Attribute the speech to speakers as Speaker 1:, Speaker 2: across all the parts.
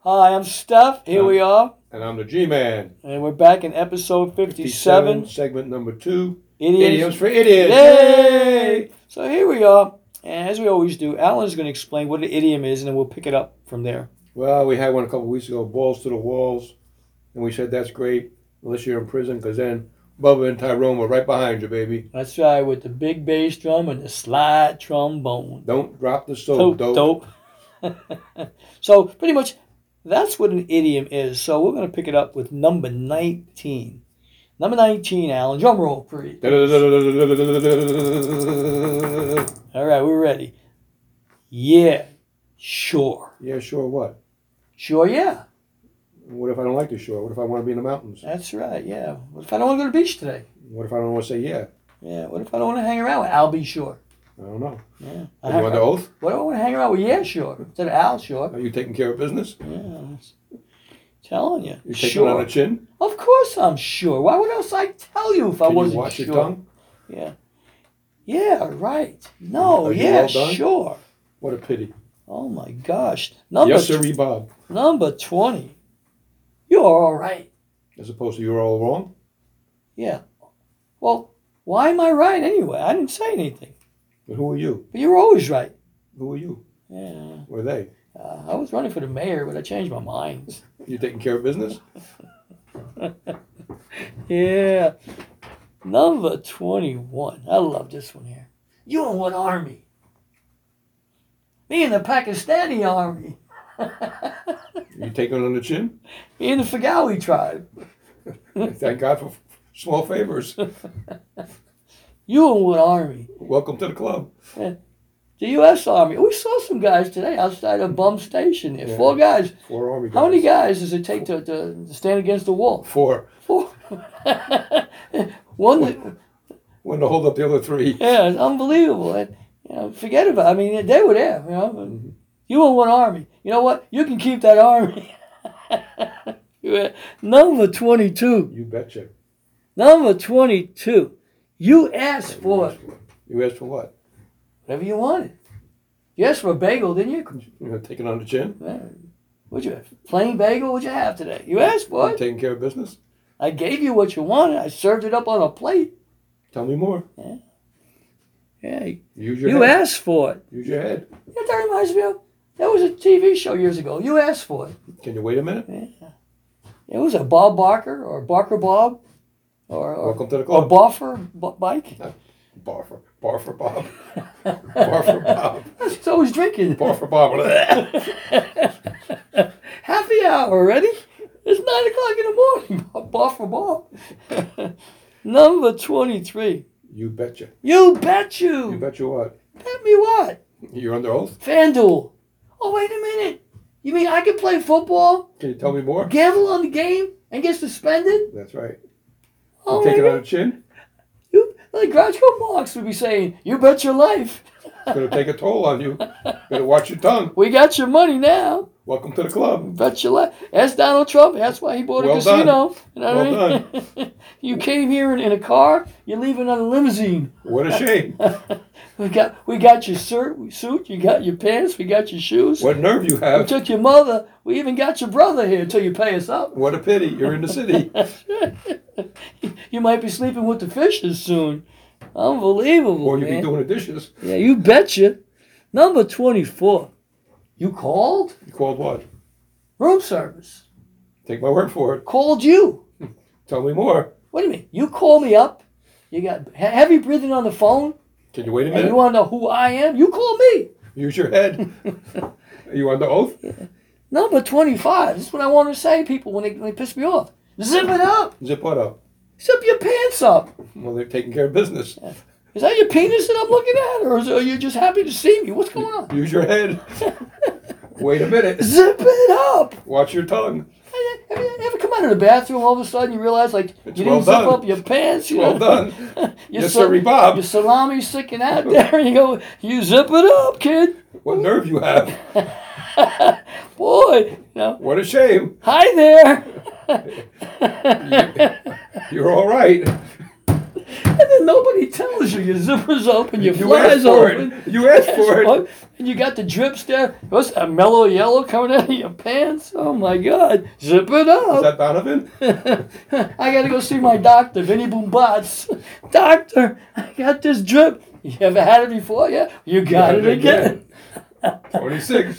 Speaker 1: Hi, I'm Steph. Here we are,
Speaker 2: And I'm the G-Man.
Speaker 1: and we're back in episode 57.
Speaker 2: Segment number two.
Speaker 1: Idiots.
Speaker 2: Idioms for idiots.
Speaker 1: Yay! So here we are, and as we always do, Alan's going to explain what an idiom is, and then we'll pick it up from there.
Speaker 2: Well, we had one a couple weeks ago, balls to the walls, and we said that's great unless you're in prison, because then Bubba and Tyrone were right behind you, baby.
Speaker 1: That's right, with the big bass drum and the slide trombone.
Speaker 2: Don't drop the soap,
Speaker 1: Dope,
Speaker 2: dope.
Speaker 1: Oh, dope. so pretty much, that's what an idiom is. So we're going to pick it up with number 19. Number 19, Alan. Drum roll, please. All right, we're ready. Yeah, sure.
Speaker 2: Yeah, sure. What?
Speaker 1: Sure, yeah.
Speaker 2: What if I don't like the shore? What if I want to be in the mountains?
Speaker 1: That's right, yeah. What if I don't want to go to the beach today?
Speaker 2: What if I don't want to say yeah?
Speaker 1: Yeah, what if I don't want to hang around with Al B. Shore?
Speaker 2: I don't know.
Speaker 1: Yeah. I
Speaker 2: Are you
Speaker 1: have-
Speaker 2: on the oath?
Speaker 1: what if I want to hang around with Yeah Shore instead of Al Shore?
Speaker 2: Are you taking care of business?
Speaker 1: Yeah, that's- telling you.
Speaker 2: You're taking it on
Speaker 1: sure.
Speaker 2: the chin?
Speaker 1: Of course I'm sure. Why would else I tell you if I
Speaker 2: Can you
Speaker 1: wasn't
Speaker 2: watch
Speaker 1: sure?
Speaker 2: your tongue?
Speaker 1: Yeah, right. No,
Speaker 2: Are you
Speaker 1: yeah,
Speaker 2: well done?
Speaker 1: sure.
Speaker 2: What a pity.
Speaker 1: Oh my gosh. Number,
Speaker 2: yes, sir, Bob.
Speaker 1: number 20. You're all right.
Speaker 2: As opposed to you're all wrong.
Speaker 1: Yeah. Well, why am I right anyway? I didn't say anything.
Speaker 2: But who are you?
Speaker 1: But you're always right.
Speaker 2: Who are you?
Speaker 1: Yeah.
Speaker 2: Or they?
Speaker 1: Uh, I was running for the mayor, but I changed my mind.
Speaker 2: You taking care of business?
Speaker 1: Yeah. Number 21. I love this one here. You in what army? Me in the Pakistani army.
Speaker 2: You taking it on the chin?
Speaker 1: Me in the Fagawi tribe.
Speaker 2: Thank God for small favors.
Speaker 1: You in what army?
Speaker 2: Welcome to the club.
Speaker 1: The U.S. Army. We saw some guys today outside of Bum Station. There. Four guys.
Speaker 2: Four Army guys.
Speaker 1: How many guys does it take to, to stand against the wall?
Speaker 2: Four.
Speaker 1: Four. One. that-
Speaker 2: One to hold up the other three.
Speaker 1: Yeah, it's unbelievable. And, you know, forget about. It. I mean, they were there. You know,
Speaker 2: Mhm.
Speaker 1: you in one army. You know what? You can keep that army. Yeah. Number twenty-two.
Speaker 2: You betcha.
Speaker 1: Number twenty-two. You asked for it.
Speaker 2: You asked for what?
Speaker 1: whatever you wanted. You asked for a bagel, didn't you?
Speaker 2: You know, taking on the chin?
Speaker 1: Man, What'd you have? Plain bagel? What'd you have today? You asked for
Speaker 2: You
Speaker 1: it.
Speaker 2: taking care of business?
Speaker 1: I gave you what you wanted. I served it up on a plate.
Speaker 2: Tell me more.
Speaker 1: Hey,
Speaker 2: Use your
Speaker 1: you
Speaker 2: head.
Speaker 1: asked for it.
Speaker 2: Use your head.
Speaker 1: Yeah, that reminds me of. That was a TV show years ago. You asked for it.
Speaker 2: Can you wait a minute?
Speaker 1: It was a Bob Barker or Barker Bob or, or,
Speaker 2: Welcome to the
Speaker 1: or
Speaker 2: club.
Speaker 1: Buffer B- Bike.
Speaker 2: Barfer. Barfer Bob. Barfer Bob.
Speaker 1: He's always drinking.
Speaker 2: Barfer Bob.
Speaker 1: Happy hour already? It's 9 o'clock in the morning. Buffer Bob. Number 23.
Speaker 2: You betcha.
Speaker 1: You bet
Speaker 2: You
Speaker 1: you.
Speaker 2: betcha what?
Speaker 1: Bet me what?
Speaker 2: You're under oath?
Speaker 1: FanDuel. Oh, wait a minute. You mean I can play football,
Speaker 2: Can you tell me more?
Speaker 1: gamble on the game, and get suspended?
Speaker 2: That's right.
Speaker 1: Oh,
Speaker 2: you
Speaker 1: my
Speaker 2: take it on
Speaker 1: God.
Speaker 2: the chin?
Speaker 1: You, like Groucho Marx would be saying, you bet your life.
Speaker 2: It's going to take a toll on you. Better watch your tongue.
Speaker 1: We got your money now.
Speaker 2: Welcome to the club.
Speaker 1: Bet your life. That's Donald Trump. That's why he bought a
Speaker 2: Well
Speaker 1: casino. You know what
Speaker 2: Well
Speaker 1: I mean? you came here in, in a car. You're leaving on a limousine.
Speaker 2: What a shame.
Speaker 1: We got we got your sur- suit. You got your pants. We got your shoes.
Speaker 2: What nerve you
Speaker 1: We
Speaker 2: have.
Speaker 1: took your mother. We even got your brother here until you pay us up.
Speaker 2: What a pity. You're in the city.
Speaker 1: You might be sleeping with the fishes soon. Unbelievable,
Speaker 2: Or you'd
Speaker 1: man.
Speaker 2: be doing the dishes.
Speaker 1: yeah, you betcha. Number twenty-four. You called
Speaker 2: You called what?
Speaker 1: room service.
Speaker 2: Take my word for it.
Speaker 1: Called you.
Speaker 2: Tell me more.
Speaker 1: What do you mean? You call me up. You got he- heavy breathing on the phone.
Speaker 2: Can you wait a
Speaker 1: And you
Speaker 2: minute?
Speaker 1: want to know who I am? You call me.
Speaker 2: Use your head. Are you under oath?
Speaker 1: Number 25. This is what I want to say, people, when they, when they piss me off. Zip it up.
Speaker 2: Zip what up?
Speaker 1: Zip your pants up.
Speaker 2: Well, they're taking care of business.
Speaker 1: Is that your penis that I'm looking at? Or is, are you just happy to see me? What's going on?
Speaker 2: Use your head. Wait a minute.
Speaker 1: Zip it up.
Speaker 2: Watch your tongue.
Speaker 1: Have you- have you ever come out of the bathroom all of a sudden you realize like you didn't
Speaker 2: well
Speaker 1: zip
Speaker 2: done.
Speaker 1: up your pants? You know?
Speaker 2: Well done.
Speaker 1: Your,
Speaker 2: Yes,
Speaker 1: sal-
Speaker 2: sir, Bob.
Speaker 1: your salami's sticking out there. You go, you zip it up, kid.
Speaker 2: What nerve you have.
Speaker 1: Boy, no.
Speaker 2: What a shame.
Speaker 1: Hi there.
Speaker 2: You're all right.
Speaker 1: and then nobody tells you. Your zipper's open, your
Speaker 2: You asked
Speaker 1: fly's
Speaker 2: for
Speaker 1: open.
Speaker 2: it. You asked for it.
Speaker 1: Oh, And you got the drips there. What's that mellow yellow coming out of your pants? Oh my God! Zip it
Speaker 2: Is
Speaker 1: up.
Speaker 2: that Donovan?
Speaker 1: I gotta go see my doctor, Vinny Boombats. Doctor, I got this drip. You ever had it before? Yeah, you got it again.
Speaker 2: 26.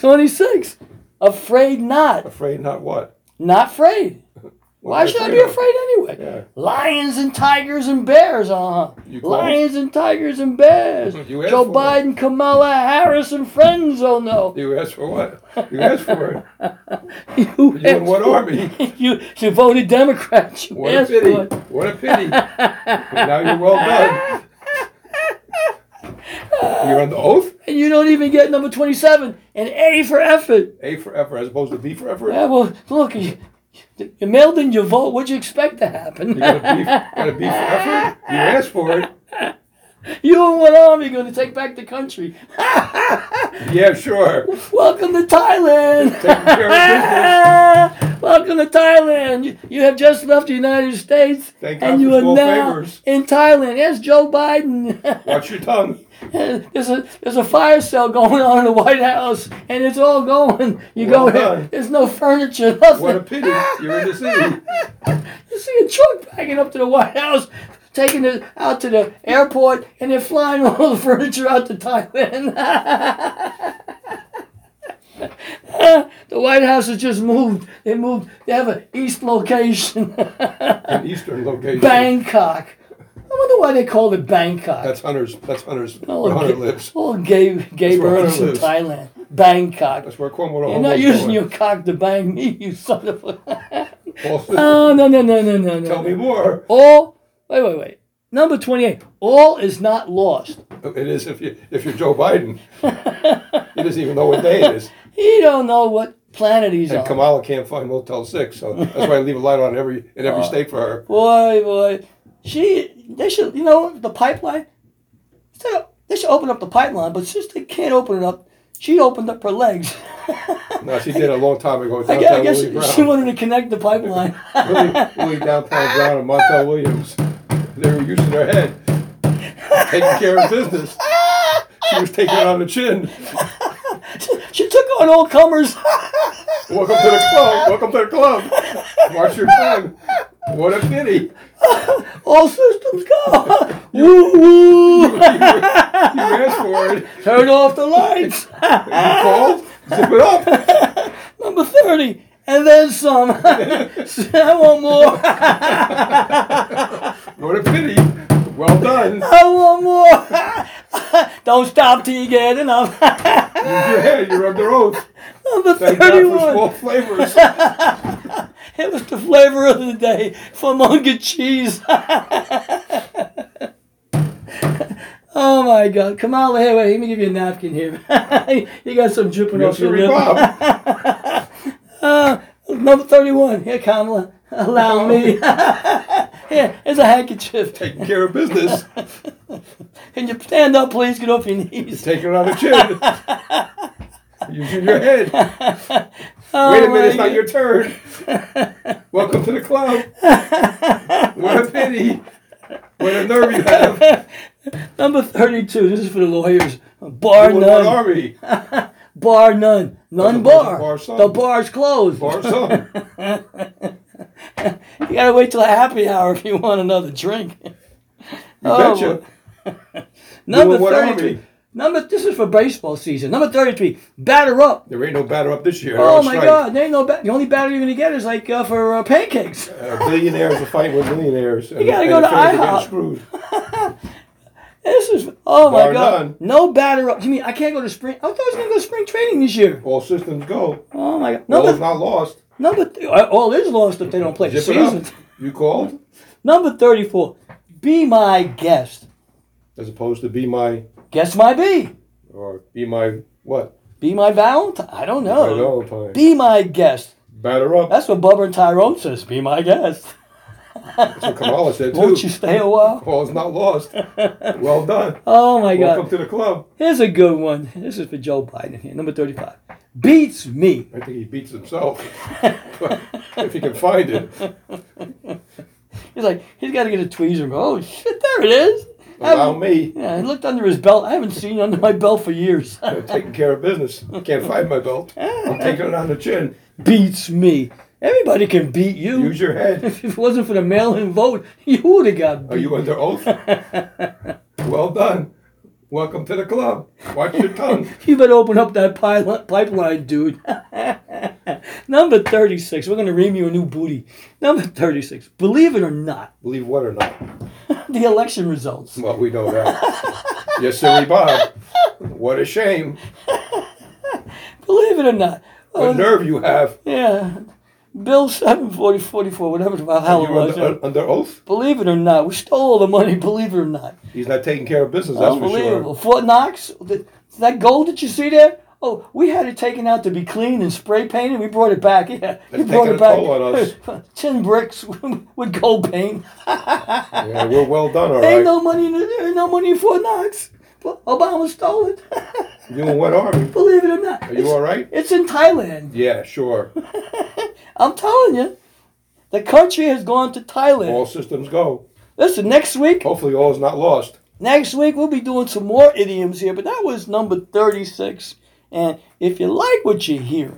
Speaker 1: Twenty-six. Afraid not.
Speaker 2: Afraid not what?
Speaker 1: Not afraid.
Speaker 2: What
Speaker 1: Why
Speaker 2: are you
Speaker 1: should I be
Speaker 2: of?
Speaker 1: afraid anyway?
Speaker 2: Yeah.
Speaker 1: Lions and tigers and bears, uh huh.
Speaker 2: You call it?
Speaker 1: Lions and tigers and bears.
Speaker 2: You asked
Speaker 1: Joe
Speaker 2: for it.
Speaker 1: Biden, Kamala Harris, and friends, oh no.
Speaker 2: You asked for what? You asked for it.
Speaker 1: You,
Speaker 2: You in what
Speaker 1: asked for-
Speaker 2: army?
Speaker 1: you, you voted Democrat. You
Speaker 2: What a
Speaker 1: asked
Speaker 2: pity.
Speaker 1: for it.
Speaker 2: What a pity. now you're well done. You're on the oath?
Speaker 1: And you don't even get number 27, an A for effort.
Speaker 2: A for effort as opposed to B for effort?
Speaker 1: Yeah, well, look, you, you mailed in your vote. What'd you expect to happen?
Speaker 2: You got a B, got a B for effort? You asked for it.
Speaker 1: you and what army going to take back the country?
Speaker 2: Yeah, sure.
Speaker 1: Welcome to Thailand.
Speaker 2: Taking care of business.
Speaker 1: Welcome to Thailand. You, you have just left the United States,
Speaker 2: Thank God
Speaker 1: and you
Speaker 2: for
Speaker 1: are
Speaker 2: small
Speaker 1: now
Speaker 2: favors.
Speaker 1: in Thailand. Yes, Joe Biden.
Speaker 2: Watch your tongue.
Speaker 1: there's a there's a fire sale going on in the White House, and it's all going. You
Speaker 2: Well
Speaker 1: go there.
Speaker 2: done.
Speaker 1: There's no furniture, nothing.
Speaker 2: What a pity. You're in the sea.
Speaker 1: You see a truck backing up to the White House, taking it out to the airport, and they're flying all the furniture out to Thailand. the White House has just moved. They moved. They have an east location,
Speaker 2: An eastern location.
Speaker 1: Bangkok. I wonder why they called it Bangkok.
Speaker 2: That's Hunter's. That's Hunter's.
Speaker 1: all
Speaker 2: where Hunter lives.
Speaker 1: All gay, gay
Speaker 2: That's where
Speaker 1: birds
Speaker 2: Hunter
Speaker 1: in
Speaker 2: lives.
Speaker 1: Thailand. Bangkok.
Speaker 2: That's where Cuomo. the
Speaker 1: You're not
Speaker 2: homo's
Speaker 1: using
Speaker 2: going.
Speaker 1: your cock to bang me, you son of a.
Speaker 2: Well,
Speaker 1: Oh, no, no, no, no, no. no.
Speaker 2: Tell me more.
Speaker 1: All wait, wait, wait. Number twenty-eight. All is not lost.
Speaker 2: It is if you if you're Joe Biden. he doesn't even know what day it is,
Speaker 1: He don't know what planet he's
Speaker 2: and
Speaker 1: on.
Speaker 2: Kamala can't find Motel Six, so that's why I leave a light on every in
Speaker 1: Oh.
Speaker 2: every state for her.
Speaker 1: Boy, boy, she they should you know the pipeline. So they should open up the pipeline, but since they can't open it up, she opened up her legs.
Speaker 2: No, she did a long time ago.
Speaker 1: I guess, I
Speaker 2: Downtown
Speaker 1: guess
Speaker 2: Willie
Speaker 1: she
Speaker 2: Brown.
Speaker 1: wanted to connect the pipeline.
Speaker 2: Willie, Willie downtown Brown and Montel Williams. They were using their head, taking care of business. She was taking it on the chin.
Speaker 1: she took on all comers.
Speaker 2: Welcome to the club. Welcome to the club. Watch your tongue. What a pity.
Speaker 1: all systems go. woo woo.
Speaker 2: You asked for it.
Speaker 1: Turn off the lights.
Speaker 2: You called. Zip it up.
Speaker 1: Number 30. And then some. I want more.
Speaker 2: What a pity. Well done.
Speaker 1: I want more. Don't stop till you get enough.
Speaker 2: Your head, you're under oath.
Speaker 1: Number
Speaker 2: Thank God for
Speaker 1: 31.
Speaker 2: small flavors.
Speaker 1: It was the flavor of the day for monger cheese. oh my God. Kamala, hey, wait, let me give you a napkin here. you got some dripping off your
Speaker 2: Mystery
Speaker 1: lip.
Speaker 2: Bob.
Speaker 1: Uh, number 31. Here, Kamala. Allow
Speaker 2: Oh.
Speaker 1: me. Here, here's a handkerchief.
Speaker 2: Taking care of business.
Speaker 1: Can you stand up, please? Get off your knees.
Speaker 2: Taking it on the chin. Using your head. Wait
Speaker 1: Oh
Speaker 2: a minute, it's not your turn. Welcome to the club. What a pity. What a nerve you have.
Speaker 1: Number 32, this is for the lawyers. Bar
Speaker 2: What
Speaker 1: none.
Speaker 2: an army.
Speaker 1: Bar none. None
Speaker 2: Doesn't
Speaker 1: bar.
Speaker 2: bar some.
Speaker 1: the bar's closed.
Speaker 2: Bar some.
Speaker 1: You gotta wait till a happy hour if you want another drink. Oh,
Speaker 2: Betcha.
Speaker 1: Number
Speaker 2: Doing what
Speaker 1: 33.
Speaker 2: army?
Speaker 1: Number, this is for baseball season. Number 33, batter up.
Speaker 2: There ain't no batter up this year. They're
Speaker 1: Oh
Speaker 2: on
Speaker 1: my
Speaker 2: strike.
Speaker 1: God, there ain't no bat. The only batter you're gonna get is like uh, for uh, pancakes.
Speaker 2: Uh, billionaires are fighting with millionaires. And,
Speaker 1: gotta
Speaker 2: and
Speaker 1: go
Speaker 2: the
Speaker 1: to
Speaker 2: fans are getting
Speaker 1: IHOP.
Speaker 2: Screwed.
Speaker 1: This is, oh my
Speaker 2: Bar
Speaker 1: God.
Speaker 2: none.
Speaker 1: No batter up. You mean I can't go to spring? I thought I was gonna go to spring training this year.
Speaker 2: All systems go.
Speaker 1: Oh my God.
Speaker 2: No,
Speaker 1: Number,
Speaker 2: it's not lost.
Speaker 1: number th- uh, all is lost if they don't play the
Speaker 2: Zip it up.
Speaker 1: season.
Speaker 2: You called,
Speaker 1: Number 34, be my guest.
Speaker 2: as opposed to be my
Speaker 1: Guess my be.
Speaker 2: or be my what?
Speaker 1: Be my Valentine. I don't know.
Speaker 2: My Valentine.
Speaker 1: Oh. Be my guest.
Speaker 2: Batter up.
Speaker 1: That's what Bubba and Tyrone says. Be my guest.
Speaker 2: That's what Kamala said too.
Speaker 1: Won't you stay a while?
Speaker 2: All's not lost. Well done.
Speaker 1: Oh my
Speaker 2: Welcome
Speaker 1: God.
Speaker 2: to the club.
Speaker 1: Here's a good one. This is for Joe Biden here. Number 35. Beats me.
Speaker 2: I think he beats himself if he can find it.
Speaker 1: He's like, he's got to get a tweezer and go, oh shit, there it is. I
Speaker 2: Allow
Speaker 1: haven't-
Speaker 2: me.
Speaker 1: Yeah, I looked under his belt. I haven't seen under my belt for years.
Speaker 2: I'm taking care of business. Can't find my belt. I'm taking it on the chin.
Speaker 1: Beats me. Everybody can beat you.
Speaker 2: Use your head.
Speaker 1: If it wasn't for the mail-in vote, you would have got
Speaker 2: Are
Speaker 1: beat.
Speaker 2: you under oath? Well done. Welcome to the club. Watch your tongue.
Speaker 1: You better open up that pil- pipeline, dude. Number 36. We're going to ream you a new booty. Number 36. Believe it or not,
Speaker 2: Believe what or not.
Speaker 1: the election results.
Speaker 2: Well, we know that. yes, sir, we Bob. What a shame.
Speaker 1: Believe it or not. Oh,
Speaker 2: What nerve you have.
Speaker 1: Yeah. Bill 740, 44, whatever the hell it
Speaker 2: You're
Speaker 1: was.
Speaker 2: under, uh, under oath.
Speaker 1: Believe it or not, we stole all the money, believe it or not.
Speaker 2: He's not taking care of business. That's for
Speaker 1: Unbelievable.
Speaker 2: sure.
Speaker 1: Fort Knox, th- that gold that you see there, oh, we had it taken out to be cleaned and spray painted. We brought it back. Yeah, we
Speaker 2: That's
Speaker 1: brought
Speaker 2: taking
Speaker 1: it
Speaker 2: a toll on us.
Speaker 1: back. Ten bricks with gold paint.
Speaker 2: Yeah, we're well done, all
Speaker 1: Ain't
Speaker 2: right.
Speaker 1: no money in there. Ain't no money in Fort Knox. But Obama stole it.
Speaker 2: You and what army?
Speaker 1: believe it or not.
Speaker 2: Are you all right?
Speaker 1: It's in Thailand.
Speaker 2: Yeah, sure.
Speaker 1: I'm telling you, the country has gone to Thailand.
Speaker 2: All systems go.
Speaker 1: Listen, next week,
Speaker 2: Hopefully, all is not lost.
Speaker 1: Next week we'll be doing some more idioms here, but that was number 36. And if you like what you hear,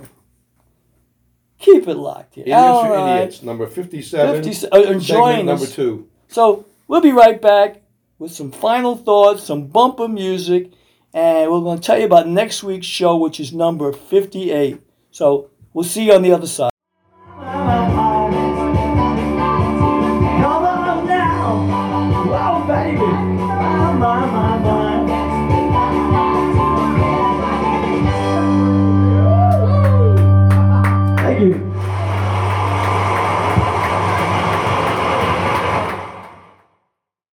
Speaker 1: keep it locked here.
Speaker 2: Idiots
Speaker 1: All
Speaker 2: for
Speaker 1: right.
Speaker 2: idiots. Number 57.
Speaker 1: 50 uh, enjoying
Speaker 2: segment number
Speaker 1: us.
Speaker 2: two.
Speaker 1: So we'll be right back with some final thoughts, some bumper music, and we're going to tell you about next week's show, which is number 58. So we'll see you on the other side.